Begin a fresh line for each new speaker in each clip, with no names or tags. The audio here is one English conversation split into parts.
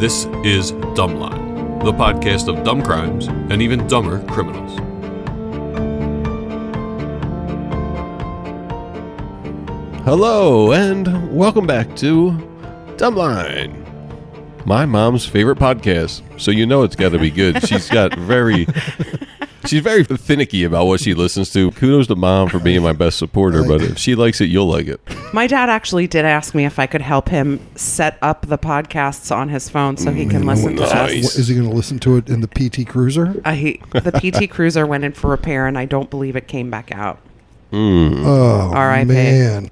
This is Dumbline, the podcast of dumb crimes and even dumber criminals.
Hello, and welcome back to Dumbline, my mom's favorite podcast. So you know it's got to be good. She's got very, she's very finicky about what she listens to. Kudos to mom for being my best supporter. But if she likes it, you'll like it.
My dad actually did ask me if I could help him set up the podcasts on his phone so he can listen to
Mm, nice.
us.
What, is he going to listen to it in the PT Cruiser?
I, the PT Cruiser went in for repair, and I don't believe it came back out.
Hmm.
Oh,
R.I.P..
man.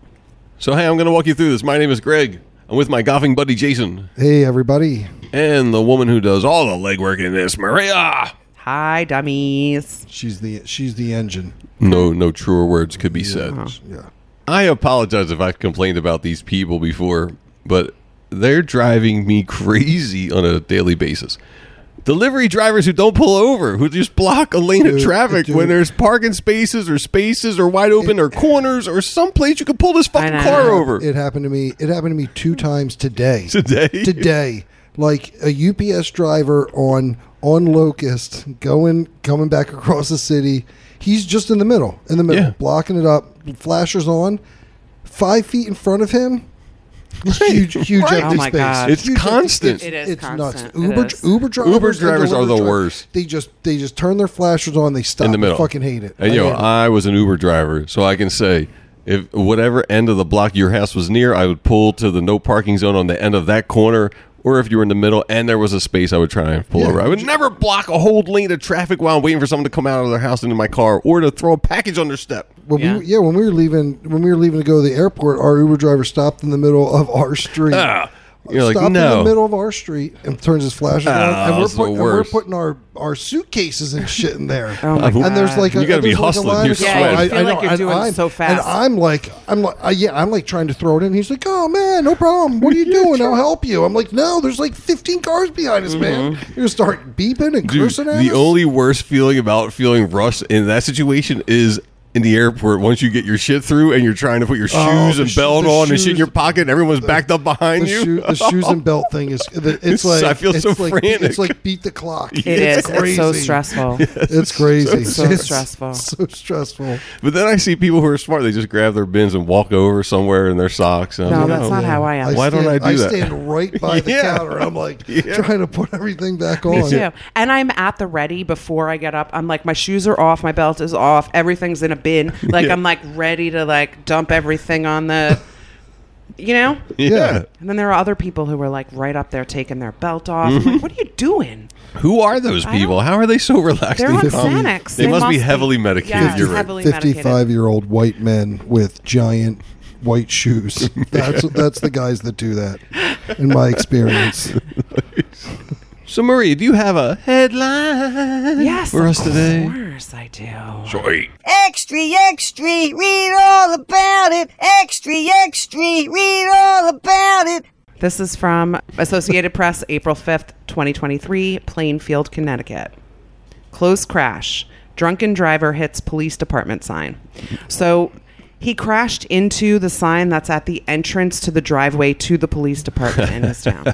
So hey, I'm going to walk you through this. My name is Greg. I'm with my golfing buddy Jason
Hey, everybody.
and the woman who does all the legwork in this, Maria.
Hi, dummies.
She's the she's the engine.
No, no truer words could be said.
Yeah.
I apologize if I've complained about these people before, but they're driving me crazy on a daily basis. Delivery drivers who don't pull over, who just block a lane of
Dude,
traffic
dude.
when there's parking spaces or spaces or wide open or corners or someplace you can pull this fucking
know.
car over.
It happened to me. It happened to me two times today.
Today?
Today. Like a UPS driver on on Locust going coming back across the city. He's just in the middle, in the middle,
Yeah.
blocking it up. Flashers on. Five feet in front of him. Huge, huge
Right.
empty
Oh my
space.
God.
It's
Huge empty
constant.
space.
It is
It's
constant.
nuts.
It
Uber,
is.
Uber drivers,
Uber
and
drivers are
delivery
the
dri-
worst.
They just they just turn their flashers on. They stop.
in the middle.
I fucking hate it.
And
I
yo,
hate it.
I was an Uber driver, so I can say if whatever end of the block your house was near, I would pull to the no parking zone on the end of that corner. Or if you were in the middle and there was a space, I would try and pull over. I would never block a whole lane of traffic while I'm waiting for someone to come out of their house into my car or to throw a package on their step.
When
Yeah.
we yeah, when we were leaving when we were leaving to go to the airport, our Uber driver stopped in the middle of our street.
Ah. You're like,
stopped in
no.
the middle of our street and turns his flashers
Ah,
on, and we're,
that's the
put, and we're
worst.
putting our, our suitcases and shit in there.
Oh my
and there's
God.
like a,
You gotta be
there's like a
hustling.
line
You're
of people.
sweating. Yeah, you
feel like you're
and
doing
I'm-
so fast.
And I'm like, I'm like, uh, yeah, I'm like trying to throw it in. He's like, oh man, no problem. What are you doing? I'll help you. I'm like, no, there's like 15 cars behind us, man. You're gonna start beeping and
Mm-hmm. Dude,
cursing at
the
us.
only worst feeling about feeling rushed in that situation is in the airport once you get your shit through and you're trying to put your shoes
Oh, the
and
sho-
belt
the
on and shit in
shoes-
your pocket and everyone's backed up behind
the,
you.
shoe- the shoes and belt thing is the- it's
It's-
like
I feel
it's
so
like,
frantic.
It's like beat the clock.
It is. it's so stressful.
It's crazy.
so
It's
stressful.
So stressful.
But then I see people who are smart. They just grab their bins and walk over somewhere in their socks. And I'm
No,
like,
that's
"Oh,
not how I am.
Why don't
stand,
I do that?
stand right by the
Yeah.
counter. I'm like trying to put everything back on.
Me too. And I'm at the ready before I get up. I'm like, my shoes are off, my belt is off, everything's in a bin. Like
Yeah.
I'm like ready to like dump everything on the, you know.
Yeah.
And then there are other people who were like right up there taking their belt off. I'm
Mm-hmm.
like, what are you doing?
Who are those
don't-
people? How are they so relaxed?
They're
and
on
calm?
Xanax.
um, They, must be heavily medicated.
Yeah,
You're right.
heavily medicated.
55 year old white men with giant white shoes. That's that's the guys that do that, in my experience.
So, Marie, do you have a headline
Yes,
for
of
us today?
course I do.
Sweet.
Extra, extra, read all about it. Extra, extra, read all about it.
This is from Associated Press, April 5th, 2023, Plainfield, Connecticut. Close crash. Drunken driver hits police department sign. So he crashed into the sign that's at the entrance to the driveway to the police department in his town.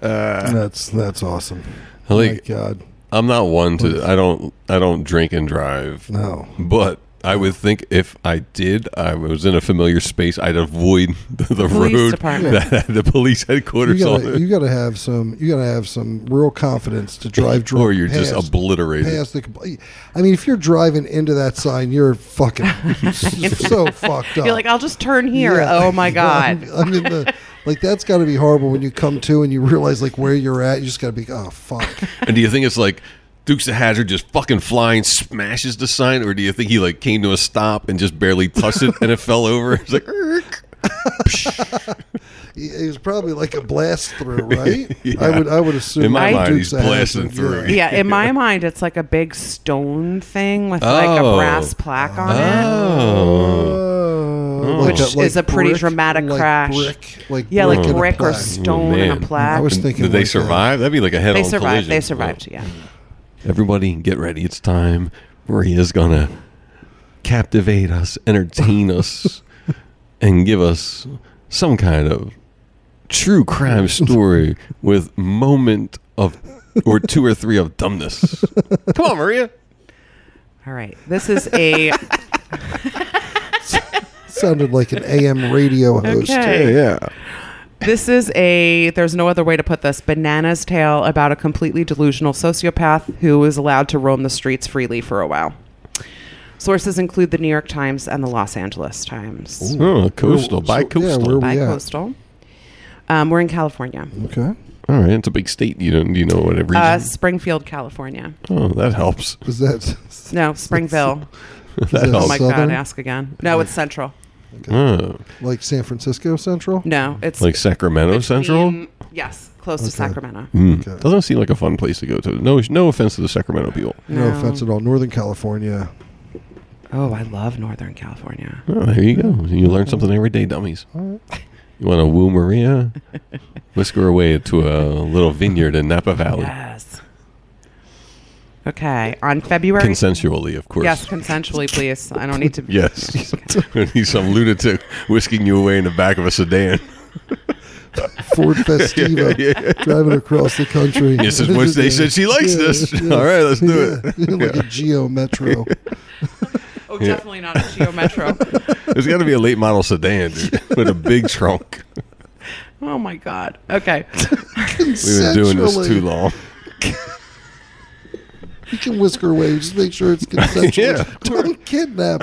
That's that's awesome.
Like-
my God.
I'm not one to. I don't. I don't drink and drive.
No.
But I would think if I did, I was in a familiar space. I'd avoid the, the
Police
road
department.
that had the police
You
headquarters on
gotta,
it.
you gotta have some you gotta have some real confidence to drive drunk
or you're just
past-
obliterated.
past the compl- I mean if you're driving into that sign you're fucking so fucked up
You're like, I'll just turn here.
Yeah.
Oh my God.
I mean, the, like that's got to be horrible when you come to and you realize like where you're at. You just got to be, oh fuck.
And do you think it's like Dukes of Hazard just fucking flying smashes the sign, or do you think he like came to a stop and just barely touched it and it fell over? It's like, "Erk."
It was probably like a blast through, right? I would, I would assume.
in my
that
mind, he's
Duke's ass
blasting
is-
through.
yeah.
Yeah, in my mind, it's like a big stone thing with like a
Oh. Ah.
brass plaque on it.
Oh,
Uh,
Which is a pretty dramatic
like
crash.
Brick, like
Yeah, like
in a
brick or
plaque.
stone in
man.
a plaque.
I was thinking
did they
like that.
survive? That'd be like a head-on
They survived.
collision.
They survived. Yeah.
Everybody, get ready. It's time. Maria's gonna captivate us, entertain us, and give us some kind of true crime story with moment of or two or three of dumbness. Come on, Maria.
All right. This is a
Sounded like an AM radio host.
Okay.
Yeah.
This is a, there's no other way to put this, banana's tale about a completely delusional sociopath who is allowed to roam the streets freely for a while. Sources include the New York Times and the Los Angeles Times.
Oh, coastal,
So-
by coastal.
yeah, we're-
By
yeah.
coastal. Um, we're in California,
Okay.
All right, it's a big state. You don't, you know what every.
uh, Springfield, California.
oh, that helps.
Is that
No, Springville.
That
that
Oh
helps.
my
Southern?
God, ask again. No, it's Central.
Oh,
like San Francisco Central?
No, it's
like Sacramento Central. Hmm.
between- Yes, close to Sacramento.
Okay.
Doesn't seem like a fun place to go to. No, no offense to the Sacramento people.
No offense at all. Northern California.
Oh, I love Northern California.
Oh, there you go. You learn something every day, dummies. You want to woo Maria? Whisk her away to a little vineyard in Napa Valley,
Yes. Okay, on February.
consensually, of course.
Yes, consensually, please. I don't need to.
Yes. He's some lunatic whisking you away in the back of a sedan.
Ford Festiva driving across the country.
This is what they said she likes this. All right, let's do it.
like a Geo Metro.
Oh, definitely not a Geo Metro.
There's got to be a late model sedan, dude, with a big trunk.
oh my God. Okay.
We've been doing this
Consensually.
too long.
You can whisk her away. Just make sure it's consensual.
Yeah.
Don't kidnap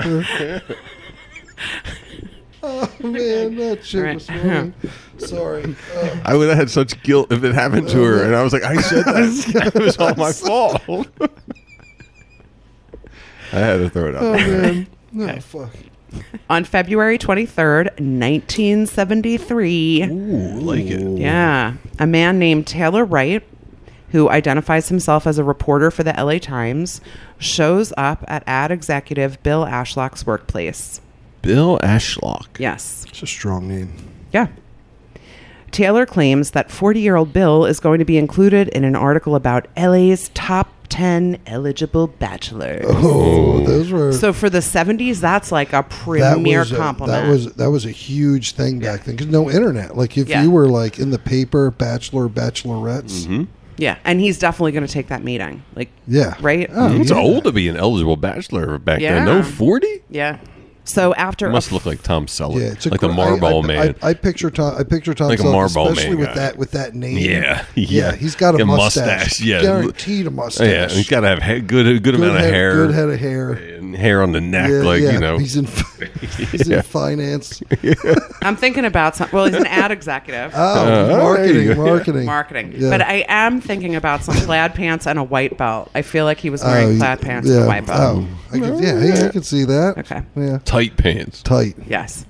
her. oh man, that shit
Right.
was funny. Sorry. Uh,
I would have had such guilt if it happened to her, and I was like, I said that. it was all my fault.
"Oh."
I had to throw it out.
oh
there.
man. No fuck.
on February 23rd, 1973.
Oh.
Ooh, like it.
Yeah. A man named Taylor Wright, who identifies himself as a reporter for the LA Times, shows up at ad executive Bill Ashlock's workplace.
Bill Ashlock.
Yes.
It's a strong name.
Yeah. Taylor claims that 40 year old Bill is going to be included in an article about LA's top 10 eligible bachelors.
Oh, those were
So for the 70s, that's like a
that
premier
was a,
compliment.
That was that was a huge thing back then because no internet. Like if
Yeah.
you were like in the paper, bachelor, bachelorettes.
Mm-hmm.
yeah. And he's definitely going to take that meeting. Like,
Yeah.
Right?
Oh,
Mm-hmm. It's
yeah.
old to be an eligible bachelor back then. No
Yeah.
40?
yeah. So after a
Must look like Tom Selleck.
Yeah, it's a
like
gr-
the
I-
Marlboro
I,
man.
I, I picture Tom. I picture Tom
Like a
Selleck,
Marlboro Man
especially with
guy.
that with that name.
Yeah, yeah.
yeah, he's got a,
A
mustache.
mustache, yeah.
guaranteed a
Oh,
mustache.
yeah, he's got to have ha- good, a good,
good
amount
head,
of hair.
Good head of hair.
and hair on the neck,
Yeah,
like,
yeah.
you know.
he's in he's in finance,
I'm thinking about something. Well, he's an ad executive.
oh,
there you
marketing,
go.
marketing,
marketing.
Yeah.
But I am thinking about some plaid pants and a white belt. I feel like he was
Oh,
wearing
yeah.
plaid pants and a white belt.
Oh, I could, yeah, yeah, I can see that.
Okay.
yeah,
tight pants.
tight.
Yes.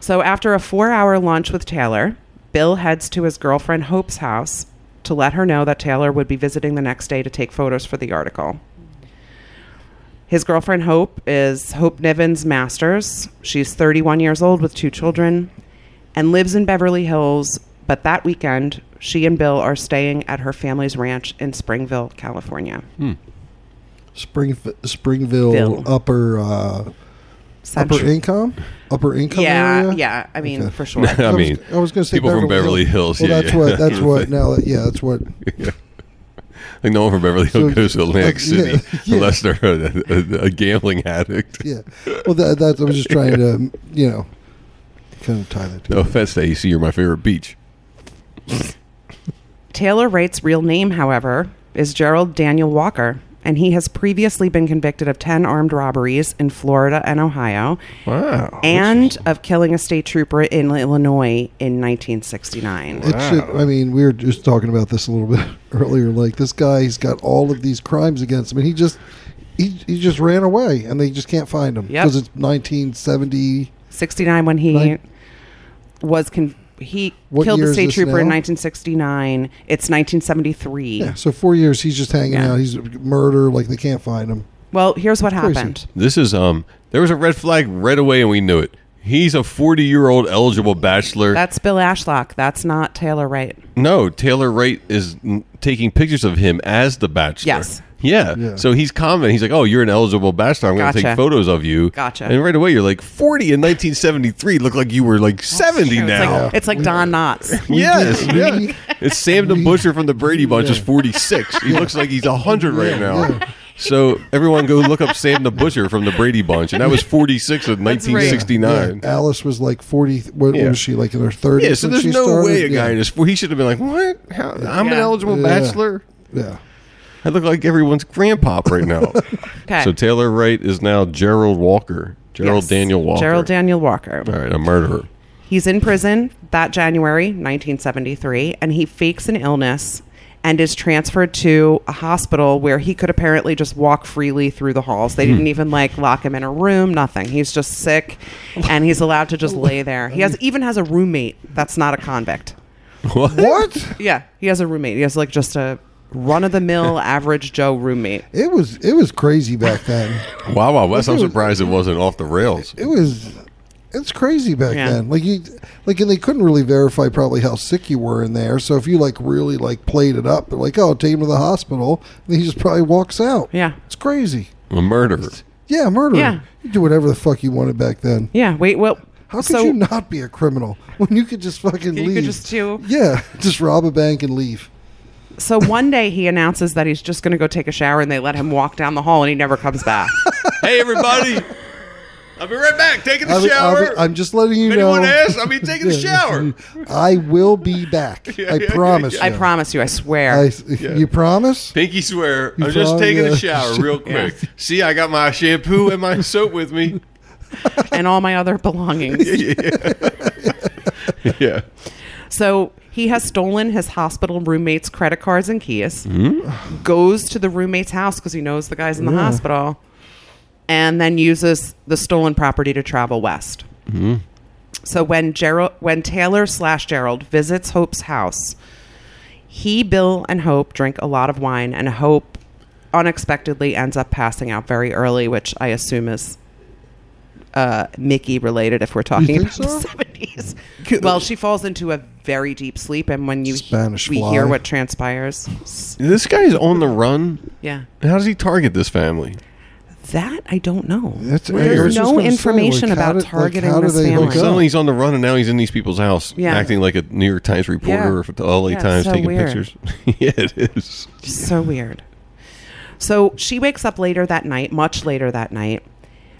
So after a four hour lunch with Taylor, Bill heads to his girlfriend Hope's house to let her know that Taylor would be visiting the next day to take photos for the article. His girlfriend Hope is Hope Nivens Masters. She's 31 years old with two children and lives in Beverly Hills. But that weekend, she and Bill are staying at her family's ranch in Springville, California.
Spring, Springville
Ville.
upper uh, upper
Central-
income, upper income
yeah,
area.
yeah. I mean,
Okay.
for sure.
I
was-
mean,
I was going to say
people from Beverly Hills.
Well,
yeah,
that's
yeah.
what. That's what. Now, that- yeah, that's what.
Like no one from Beverly Hills
So-
goes to Atlantic
uh,
City
yeah, yeah.
unless they're a, a, a gambling addict.
Yeah. Well, that, that I was just trying to, you know, kind of tie that.
No offense to AC, you're my favorite beach.
Taylor Wright's real name, however, is Gerald Daniel Walker, and he has previously been convicted of 10 armed robberies in Florida and Ohio,
Wow.
and of killing a state trooper in Illinois in 1969.
It should. I mean, we were just talking about this a little bit earlier. Like this guy, he's got all of these crimes against him, and he just he, he just ran away, and they just can't find him
Yep.
because it's 1970.
69 when he
Nin-
was con- he
What
killed
year
a
is
state
this
trooper in
now?
1969. It's 1973.
Yeah, so four years he's just hanging
Yeah.
out. He's murder. Like they can't find him.
Well, here's what
Crazy.
happened.
This is um. There was a red flag right away, and we knew it. He's a 40 year old eligible bachelor.
That's Bill Ashlock. That's not Taylor Wright.
no, Taylor Wright is n- taking pictures of him as the bachelor.
Yes.
Yeah. So he's comment. He's like, "Oh, you're an eligible bachelor. I'm going to take
Gotcha.
photos of you."
Gotcha.
And right away, you're like, "40 in 1973 look like you were like 70
It's
now."
like, it's like Don Knotts.
yes.
We-
yeah. It's Sam the Butcher from the Brady Bunch. Is 46. He looks like he's 100 right now. So everyone go look up Sam the Butcher from the Brady Bunch, and that was 46 in
That's right.
1969.
Yeah, Alice was like 40. What, what
Yeah.
was she like in her 30s?
Yeah, so
when
there's
she
no
started?
way a guy
Yeah.
in his he should have been like, "What? How, I'm an
Yeah.
eligible
Yeah.
bachelor.
Yeah.
I look like everyone's grandpa right now."
Okay.
So Taylor Wright is now Gerald Walker, Gerald
Yes.
Daniel Walker,
Gerald Daniel Walker.
All right, a murderer.
He's in prison that January 1973, and he fakes an illness and is transferred to a hospital where he could apparently just walk freely through the halls.
Hmm.
They didn't even like lock him in a room, nothing. He's just sick and he's allowed to just lay there. He has even has a roommate that's not a convict.
What?
What?
Yeah, he has a roommate. He has like just a run of the mill average Joe roommate.
It was it was crazy back then.
Wow, wow, Wes! I'm surprised it wasn't off the rails.
It was it's crazy back
Yeah.
then. Like you like and they couldn't really verify probably how sick you were in there. So if you like really like played it up, they're like, "Oh, take him to the hospital." And he just probably walks out.
Yeah.
It's crazy.
A murderer.
Yeah, murder.
Yeah.
You do whatever the fuck you wanted back then.
Yeah, wait, well,
How could
so
you not be a criminal when you could just fucking
You could
leave?
just do-
Yeah, just rob a bank and leave.
so one day he announces that he's just going to go take a shower and they let him walk down the hall and he never comes back.
Hey, everybody! I'll be right back. Taking the
I'll be- I'll
shower.
be- I'm just letting you
if anyone
know.
asks, I'll be taking the
Yeah,
shower.
I will be back.
Yeah,
I
yeah,
promise.
yeah,
I
you.
promise you, I swear.
I- You promise?
Pinky swear. I'm
You
just
found
taking a
the-
shower real quick. See, I got my shampoo and my soap with me.
and all my other belongings.
Yeah.
So he has stolen his hospital roommate's credit cards and keys, goes to the roommate's house because he knows the guy's in the hospital, and then uses the stolen property to travel west.
Mm-hmm.
So when Gerald, when Taylor slash Gerald visits Hope's house, he, Bill, and Hope drink a lot of wine, and Hope unexpectedly ends up passing out very early, which I assume is uh, Mickey related if we're talking
think
about
so?
the seventies. Well, she falls into a very deep sleep, and when you
Spanish
we
fly.
hear what transpires, s-
This guy's on the run.
yeah,
How does he target this family?
that I don't know.
That's- I was
There's
just
no
gonna say,
information
like, how
about
did- like,
targeting
how do
this
they
family.
hook up?
Suddenly he's on the run, and now he's in these people's house,
Yeah.
acting like a New York Times
Yeah.
reporter or the LA
Yeah, it's
Times
so
taking
weird.
pictures. yeah, it is.
So weird. So she wakes up later that night, much later that night,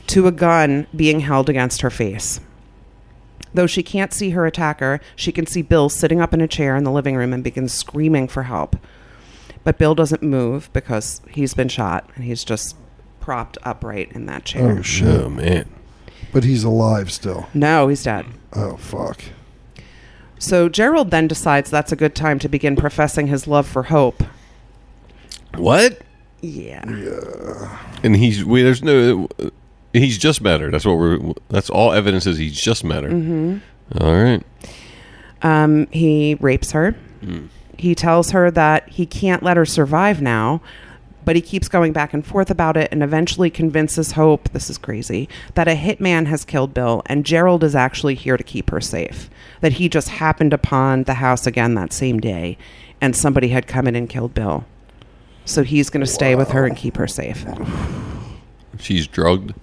to a gun being held against her face. Though she can't see her attacker, she can see Bill sitting up in a chair in the living room and begins screaming for help. But Bill doesn't move because he's been shot and he's just propped upright in that chair.
Oh shit!
Oh man,
But he's alive still.
no, he's dead.
Oh fuck!
So Gerald then decides that's a good time to begin professing his love for Hope.
what?
Yeah.
And he's we, there's no. He's just met her. That's what we're. That's all evidence is he's just met her.
Mm-hmm.
All right.
Um, he rapes her. He tells her that he can't let her survive now, but he keeps going back and forth about it and eventually convinces Hope, this is crazy, that a hitman has killed Bill and Gerald is actually here to keep her safe. That he just happened upon the house again that same day and somebody had come in and killed Bill. So he's going to stay with her and keep her safe.
She's drugged.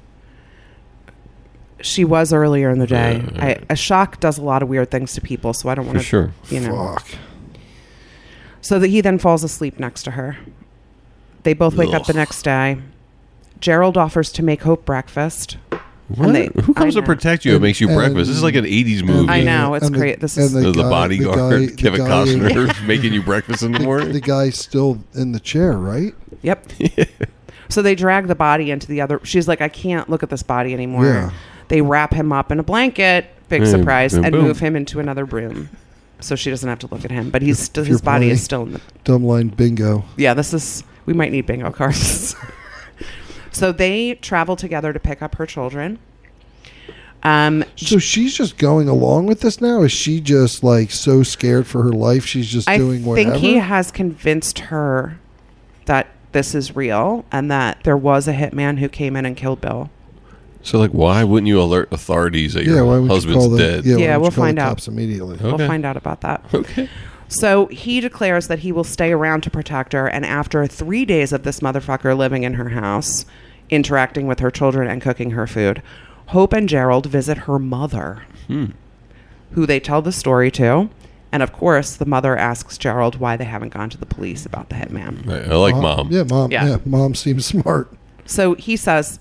She was earlier in the day. I, a shock does a lot of weird things to people, so I don't want to,
sure.
you know.
Fuck!
So that he then falls asleep next to her. They both wake up the
Ugh.
next day. Gerald offers to make Hope breakfast.
What?
they-
Who comes to
I know.
protect you and makes you
And-
breakfast? This is like an '80s movie.
I know, it's
And the-
great. This
and
is-
The,
guy-
bodyguard,
guy- the
Kevin
guy-
Costner, making you breakfast in the
The,
morning.
the guy's still in the chair, right?
Yep. so they drag the body into the other. She's like, I can't look at this body anymore.
Yeah.
They wrap him up in a blanket, big
Mm,
surprise,
boom,
and
boom.
move him into another room. So she doesn't have to look at him, but he's still, his
you're
body
playing-
is still in the
Dumb line bingo.
yeah, this is we might need bingo cards. so they travel together to pick up her children. Um,
So she's just going along with this now. Is she just like so scared for her life? She's just
I
doing
think
whatever.
he has convinced her that this is real and that there was a hitman who came in and killed Bill.
So, like, why wouldn't you alert authorities that
yeah,
your
why would you
husband's
call the,
dead?
Yeah, why
Yeah,
would
we'll
you call
find
the
out.
cops immediately.
Okay.
We'll find out about that.
Okay.
So he declares that he will stay around to protect her. And after three days of this motherfucker living in her house, interacting with her children and cooking her food, Hope and Gerald visit her mother, who they tell the story to. And of course, the mother asks Gerald why they haven't gone to the police about the hitman.
I, I like mom.
Uh-huh. Yeah, mom.
Yeah.
Yeah. mom seems smart.
So he says,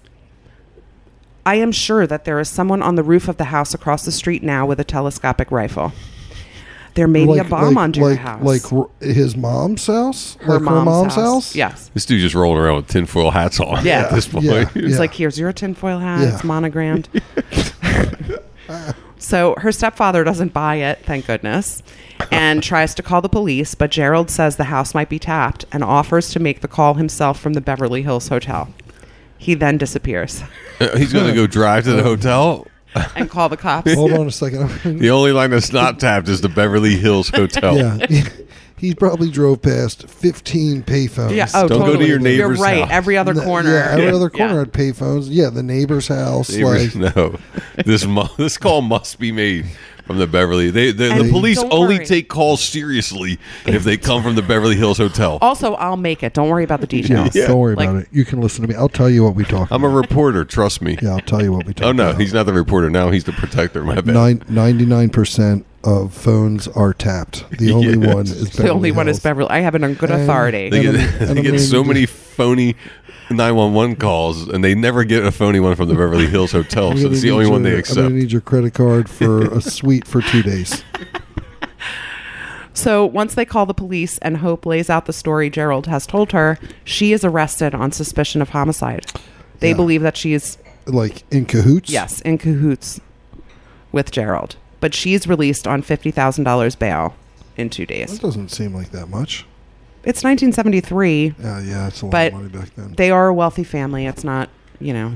I am sure that there is someone on the roof of the house across the street now with a telescopic rifle. There may be a bomb under
like,
your house.
Like r- his mom's house?
her
like
mom's,
her mom's
house.
house?
Yes.
This dude just rolling around with tinfoil hats on
Yeah.
at this point.
Yeah,
It's
yeah.
like, here's your tinfoil hat.
Yeah.
It's monogrammed. so her stepfather doesn't buy it, thank goodness, and tries to call the police. But Gerald says the house might be tapped and offers to make the call himself from the Beverly Hills Hotel. He then disappears
Uh, He's going to go drive to the hotel.
and call the cops.
Hold on a second.
The only line that's not tapped is the Beverly Hills Hotel.
yeah. he probably drove past 15 payphones.
Yeah. Oh,
Don't go to
totally.
your neighbor's
You're right.
house.
Every other
The-
corner.
Yeah, every other
Yeah.
corner had payphones. Yeah, the neighbor's house.
They were-
like,
no, this mu- this call must be made from the Beverly. They, they the
And
police
don't
only
worry.
take calls seriously if they come from the Beverly Hills Hotel.
Also, I'll make it. Don't worry about the details.
Don't worry
Like-
about it. You can listen to me. I'll tell you what we talk
I'm a
about.
reporter. Trust me.
yeah, I'll tell you what we talk
Oh no,
about.
he's not the reporter now. He's the protector. My bad.
Nine, 99% of phones are tapped. The only
Yes.
one is Beverly
The only one is
Hills.
Beverly. I have it on good
And-
authority.
They get,
And I'm- and
they
I'm
get
gonna
so
do-
many phony 911 calls, and they never get a phony one from the Beverly Hills Hotel.
I'm
So
gonna
it's the
need
only one
your-
they
I'm
accept.
going to need your credit card for a suite for two days.
So once they call the police and Hope lays out the story Gerald has told her, she is arrested on suspicion of homicide. They believe that she is,
Like in cahoots?
yes, in cahoots with Gerald, but she's released on $50,000 bail in two days.
That doesn't seem like that much.
It's 1973.
Yeah, yeah, it's a lot
But
of money back then.
They are a wealthy family. It's not, you know,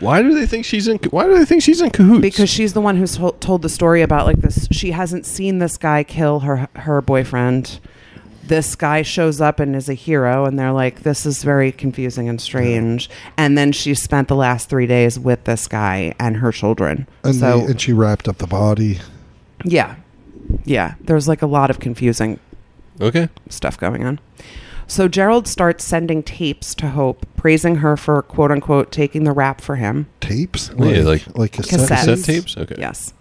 Why do they think she's in? Why do they think she's in cahoots?
because she's the one who's told, told the story about like this. She hasn't seen this guy kill her her boyfriend. This guy shows up and is a hero, and they're like, "This is very confusing and strange." And then she spent the last three days with this guy and her children.
and,
so
they, and she wrapped up the body.
yeah, yeah, there's like a lot of confusing
okay,
stuff going on. So Gerald starts sending tapes to Hope, praising her for "quote unquote" taking the rap for him.
Tapes?
Yeah, like-
like cassette.
Cassettes.
cassette tapes. Okay,
Yes,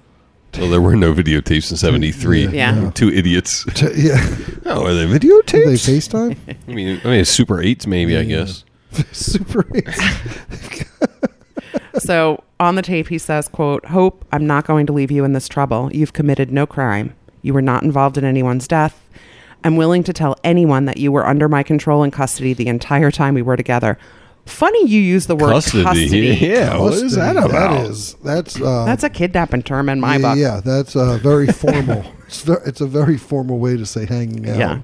Well, there were no videotapes in '73.
Yeah. Yeah.
two idiots.
Ta- yeah.
Oh, are they
Did they
videotapes?
FaceTime?
I mean, I mean, Super Eights, maybe. I guess.
Super eight.
So on the tape, he says, "quote Hope, I'm not going to leave you in this trouble. You've committed no crime. You were not involved in anyone's death. I'm willing to tell anyone that you were under my control and custody the entire time we were together." Funny, you use the word custody.
Custody. Yeah. What is that about?
That is. That's. Uh,
That's a kidnapping term in my
yeah,
book.
yeah, that's uh, very formal. it's, ver- it's a very formal way to say hanging out.
Yeah.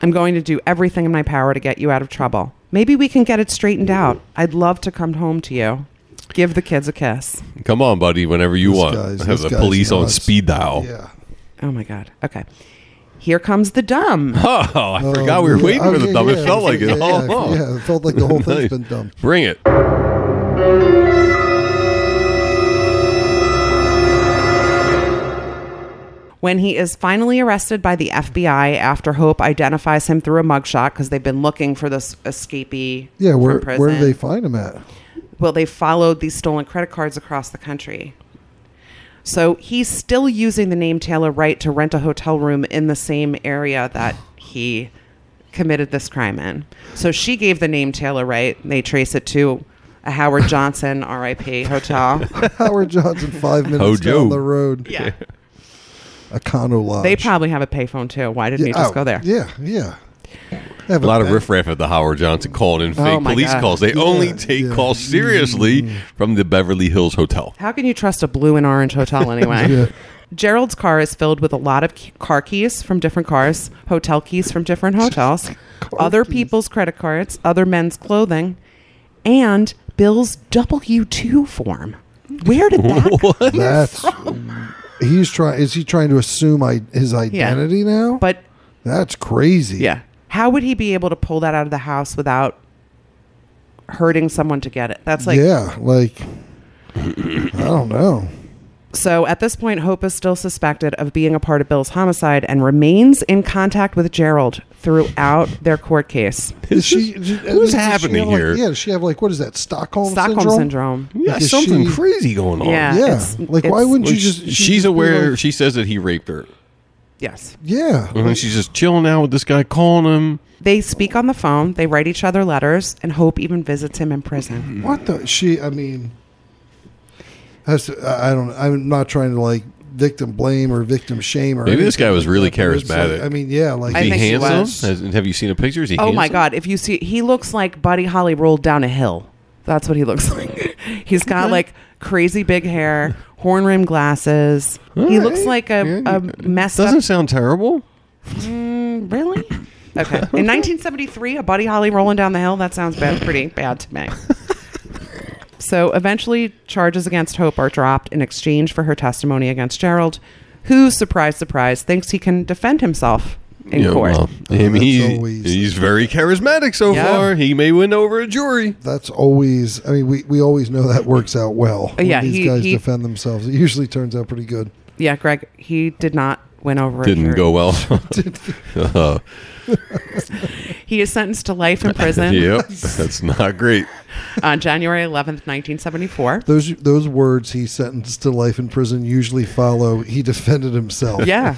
I'm going to do everything in my power to get you out of trouble. Maybe we can get it straightened out. I'd love to come home to you. Give the kids a kiss.
Come on, buddy. Whenever you
This
want.
guy's-
Have
this
the
guy's
police on
nuts.
speed dial.
Yeah.
Oh my God. Okay. Here comes the dumb.
Oh, I forgot we were
yeah.
waiting
Oh,
for the
yeah,
dumb.
yeah,
it felt like it.
yeah,
all
yeah,
along.
yeah, it felt like the whole thing's been dumb.
Bring it.
When he is finally arrested by the FBI after Hope identifies him through a mugshot because they've been looking for this escapee.
Yeah,
from
where
prison.
where do they find him at?
well, they followed these stolen credit cards across the country. So he's still using the name Taylor Wright to rent a hotel room in the same area that he committed this crime in. So she gave the name Taylor Wright. and They trace it to a Howard Johnson RIP hotel.
Howard Johnson, five minutes
Hojo.
down the road.
yeah.
Econo Lodge.
They probably have a payphone too. Why didn't he just
oh,
go there?
Yeah, yeah.
A lot of riffraff at the Howard Johnson calling in fake
Oh, my
police
God.
calls. They only
Yeah, Mm.
take
yeah.
calls seriously from the Beverly Hills Hotel.
How can you trust a blue and orange hotel anyway?
Yeah.
Gerald's car is filled with a lot of key- car keys from different cars, hotel keys from different hotels, other people's credit cards, other men's clothing, and Bill's W 2 form. Where did that come
That's
Oh,
he's trying. Is he trying to assume I, his identity now?
But
that's crazy.
yeah, how would he be able to pull that out of the house without hurting someone to get it? That's like
yeah. Like I don't know.
So at this point, Hope is still suspected of being a part of Bill's homicide and remains in contact with Gerald throughout their court case.
Is she,
This
is-
is- what is
does she
happening
have, like-
here?
yeah, does she have like what is that Stockholm
Stockholm
syndrome?
syndrome.
Yeah,
Because
something
she-
crazy going on.
Yeah.
Yeah,
It's-
like why
it's-
wouldn't
Well,
you just?
sh-
she'd
she's
just be
aware.
like-
she says that he raped her,
Yes.
yeah,
and she's just chilling out with this guy, calling him.
They speak on the phone, they write each other letters, and Hope even visits him in
Mm.
prison.
What the she? I mean, has to, I I don't. I'm not trying to like victim blame or victim shame or.
Maybe this
anything
guy was
like
really
that, but it's like-
charismatic.
I mean, yeah, like
I
Is he
think he was.
handsome? Has- have you seen a picture? Is he?
Oh my
handsome?
God. If you see, he looks like Buddy Holly rolled down a hill. That's what he looks like. He's got like crazy big hair, horn rimmed glasses. He looks like a, a messed up
Doesn't sound terrible.
Really? Okay. In 1973, a Buddy Holly rolling down the hill. That sounds bad, pretty bad to me. so eventually, charges against Hope are dropped in exchange for her testimony against Gerald, who, surprise, surprise, thinks he can defend himself in
Yeah,
court.
well, I mean,
Oh, that's
he's,
always-
he's very charismatic so
Yeah.
far. He may win over a jury.
that's always. I mean, we, we always know that works out well. when
Uh, Yeah,
these
he-
guys
he-
defend themselves. It usually turns out pretty good.
Yeah, Greg, he did not win over. a
Didn't
jury.
go well. Uh,
He is sentenced to life in prison
yep, that's not great.
on January 11th, 1974.
Those those words he sentenced to life in prison usually follow. He defended himself.
Yeah.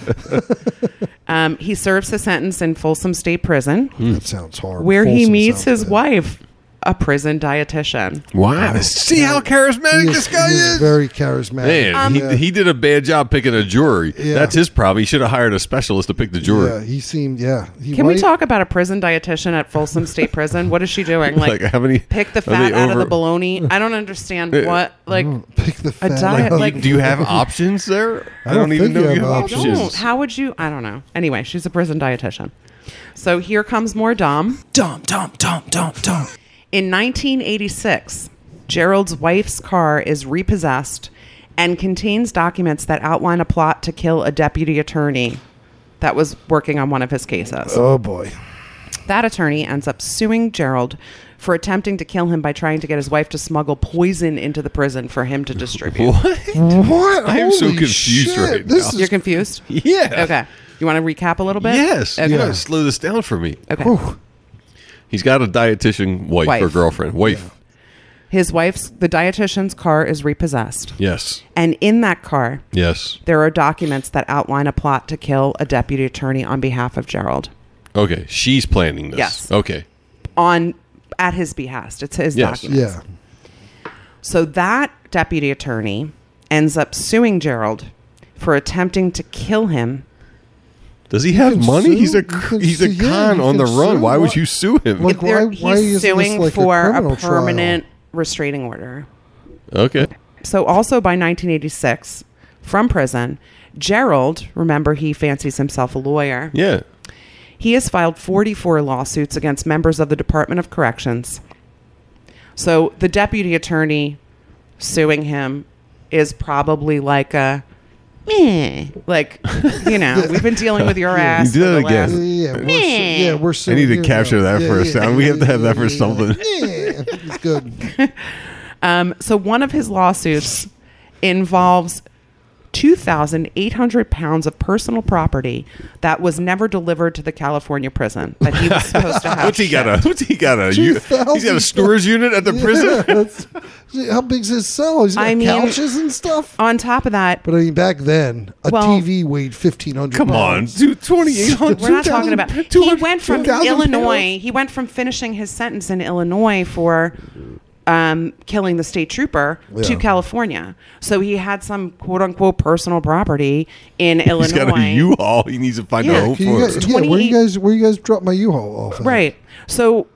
um, he serves his sentence in Folsom State Prison,
that sounds horrible.
where he
Folsom
meets
sounds
his
bad.
wife, a prison dietitian.
Wow, see how charismatic
He
this
is,
guy
he
is.
is very Um, charismatic.
Man,
Um,
he, he did a bad job picking a jury.
Yeah.
That's his problem. He should have hired a specialist to pick the jury.
yeah, he seemed. Yeah, he
Can we
might-
talk about a prison dietitian at Folsom State Prison? What is she doing? Like,
Like, how many-
pick the
are they
fat out of
over-
the bologna? I don't understand
Yeah.
what like
Pick the fat
diet,
out.
like-
do you have options there? I
don't
don't, even
think
know you
you
have
have
I
options.
don't. How would you? I don't know. Anyway, she's a prison dietitian. So here comes more Dom.
Dum, dum, dum, dum, dum.
In 1986, Gerald's wife's car is repossessed and contains documents that outline a plot to kill a deputy attorney that was working on one of his cases.
Oh boy.
That attorney ends up suing Gerald for attempting to kill him by trying to get his wife to smuggle poison into the prison for him to distribute.
What?
I am so
Holy
confused
shit.
right
This
now.
You're confused?
Yeah.
Okay. You want to recap a little bit?
Yes.
Okay.
You gotta slow this down for me.
Okay.
Whew.
He's got a dietitian wife, or
Wife.
girlfriend. Wife.
His wife's, the dietitian's car is repossessed.
Yes.
And in that car,
Yes.
there are documents that outline a plot to kill a deputy attorney on behalf of Gerald.
Okay. She's planning this.
Yes.
Okay.
On at his behest. It's his
Yes.
document.
yeah.
So that deputy attorney ends up suing Gerald for attempting to kill him
Does he have
can
money?
sue-
he's a
you
cr-
can
he's a
sue- yeah,
con
you
on the
can
run.
sue.
Why would
Why-
you sue him?
Like,
They're-
why- why
he's
isn't this
suing
like a
for a,
criminal trial?
permanent restraining order.
okay.
So, also by 1986, from prison, Gerald, remember he fancies himself a lawyer,
Yeah.
he has filed 44 lawsuits against members of the Department of Corrections. So, the deputy attorney suing him is probably like a. Meh. Like, you know, we've been dealing with your ass.
did
for the
it again.
last-
Yeah, we're, si- yeah, we're
I
sitting
need to
here
capture
now.
that
Yeah,
for a
yeah,
sound. We have to have that for
yeah,
something.
Yeah, it's good.
Um, so one of his lawsuits involves 2,800 pounds of personal property that was never delivered to the California prison that he was supposed to have.
What's he got? A what's he got? A u- he's got a
2,000
storage unit at the prison.
That's- how big's his cell? He's got
I mean-
couches and stuff.
On top of that,
But I mean, back then, a
Well-
TV weighed fifteen hundred.
Come on, two twenty eight hundred.
we're not talking about. He went from Illinois. He went from finishing his sentence in Illinois for um, killing the state trooper to
Yeah.
California. So he had some quote unquote personal property in Illinois.
He's got a U haul. He needs to find
Yeah.
a home
Can you
for
guys,
it.
yeah, where
28
you guys where you guys drop my U-Haul off? at?
Right. So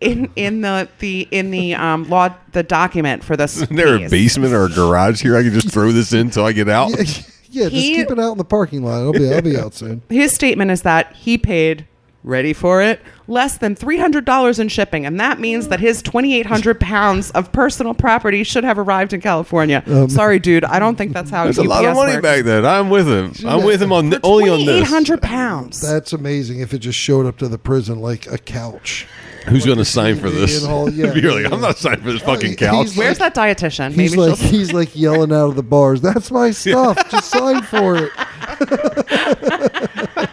in in the the in the um law the document for this
Isn't there a
case,
basement or a garage here? I can just throw this in till I get out.
Yeah, yeah, just
He-
keep it out in the parking lot. I'll be I'll be out soon.
His statement is that he paid ready for it less than $300 in shipping and that means that his 2800 pounds of personal property should have arrived in california
Um,
sorry dude i don't think that's how
That's a lot of
UPS
money
works.
back then. I'm with him. I'm with him on only on this.
2800 pounds
That's amazing if it just showed up to the prison like a couch.
Who's going to sign for
TV
this?
and all, yeah,
You're like,
yeah.
I'm not signing for this fucking
he's
couch.
like-
Where's that dietitian? Maybe
He's
she'll.
like he's like yelling out of the bars. That's my stuff. Just sign for it.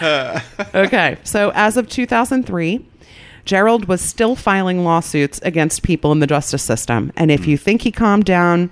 okay. So as of 2003, Gerald was still filing lawsuits against people in the justice system. And
Hmm.
if you think he calmed down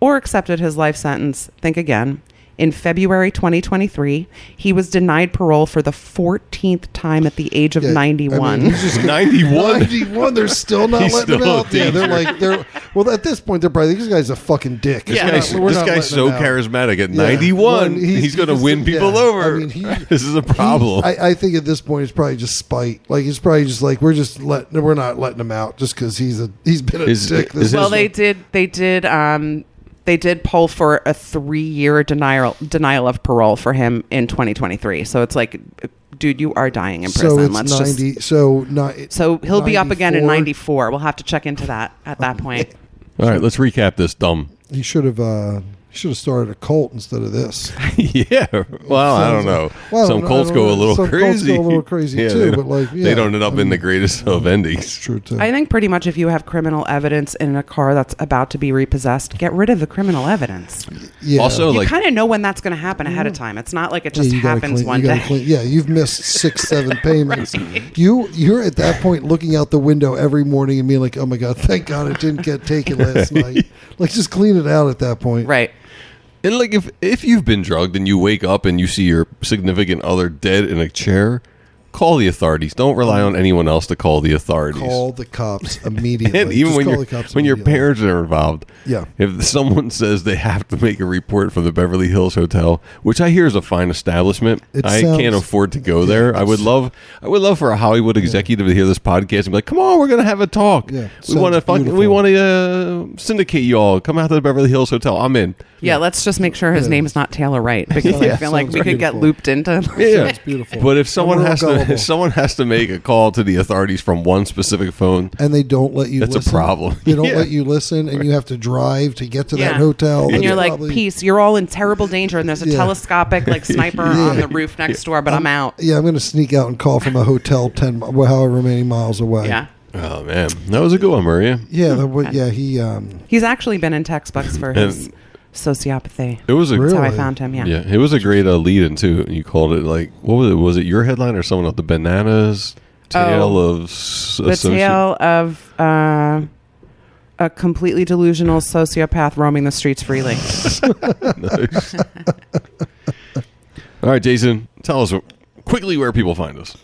or accepted his life sentence, think again. In February 2023, he was denied parole for the 14th time at the age of
Yeah, I mean,
91.
he's just
91.
91. They're still not
He's
letting him
still a
out. Yeah, they're
danger.
like they're well at this point they're probably this guy's a fucking dick.
This
We're
guy's,
not- we're
this
not
guy's so
letting him out.
charismatic at
Yeah.
91.
When
he's going to
just-
win people
yeah,
over.
I mean, he-
this is a problem.
he- I, I think at this point it's probably just spite. Like it's probably just like we're just letting we're not letting him out just because he's a he's been a
Is-
dick.
is
This
his-
well, they did. They did. Um, they did poll for a three-year denial denial of parole for him in 2023. So it's like, dude, you are dying in prison.
so it's
Let's just
ninety. so not
So he'll be up again in
94.
94. We'll have to check into that at
Oh,
that point.
All right, let's recap this dumb.
He should have uh, he should have started a cult instead of this.
yeah. Well, I don't know.
Well, I
some
don't-
cults
I don't
go a
know.
little
Some cults go a
crazy.
little crazy
Yeah,
too,
they don't-
but like,
they
yeah,
don't end up
I
in the greatest of endings.
True too.
I think pretty much if you have criminal evidence in a car that's about to be repossessed, get rid of the criminal evidence.
yeah.
Also,
You
like,
kind of know when that's going to happen ahead of time. It's not like it
Yeah,
just
you gotta
happens
clean-
one
you gotta
day.
clean- yeah, you've missed six, seven payments. You you're at that point looking out the window every morning and being like, "Oh my god, thank God it didn't get taken last night." Like, just clean it out at that point.
Right.
and like, if if you've been drugged and you wake up and you see your significant other dead in a chair, call the authorities. Don't rely on anyone else to call the authorities.
Call the cops immediately.
and even
Just
when
call
your
the cops
when your
immediately.
parents are involved,
Yeah.
If someone says they have to make a report from the Beverly Hills Hotel, which I hear is a fine establishment,
It
I can't
sounds-
afford to go
yeah,
there. I would
it's-
love, I would love for a Hollywood executive to hear this podcast and be like, "Come on, we're gonna have a talk.
Yeah,
we want to
sounds
fucking, we
beautiful.
want to uh, syndicate you all. Come out to the Beverly Hills Hotel. I'm in.
Yeah, let's just make sure his name's not Taylor Wright because I
Yeah.
feel like we
Sounds
could get
beautiful.
looped into.
Yeah,
Sounds beautiful.
But if someone
we're all
has to,
gullible.
if someone has to make a call to the authorities from one specific phone,
and they don't let you.
That's a
listen.
problem.
They don't
Yeah.
let you listen, and you have to drive to get to
Yeah.
that hotel.
And
That's
you're like,
probably-
peace. You're all in terrible danger, and there's a
Yeah.
telescopic like sniper on the roof next door, but I'm out.
Yeah, I'm going to sneak out and call from a hotel ten, mi- well, however many miles away.
Yeah.
oh man, that was a good one, Maria.
yeah, that wa- yeah. He um,
He's actually been in textbooks for his
And-
sociopathy.
It was a
That's how I
Really?
found him.
Yeah, it was a great uh, lead in too. You called it like what was it? Was it your headline or someone else? The bananas tale of s-
the
associ-
tale of uh, a completely delusional sociopath roaming the streets freely.
Nice. All right, Jason, tell us quickly where people find us.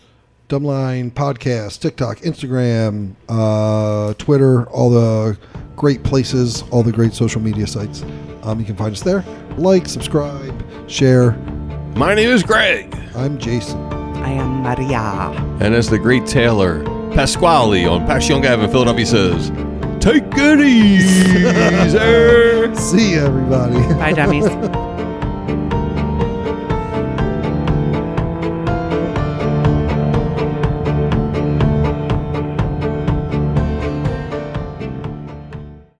Dumbline podcast, TikTok, Instagram, uh, Twitter, all the great places, all the great social media sites. Um, you can find us there. Like, subscribe, share.
My name is Greg,
I'm Jason.
I am Maria.
and as the great Taylor Pasquale on Passion Ave in Philadelphia says, "Take it easy."
See you, everybody.
Bye, dummies.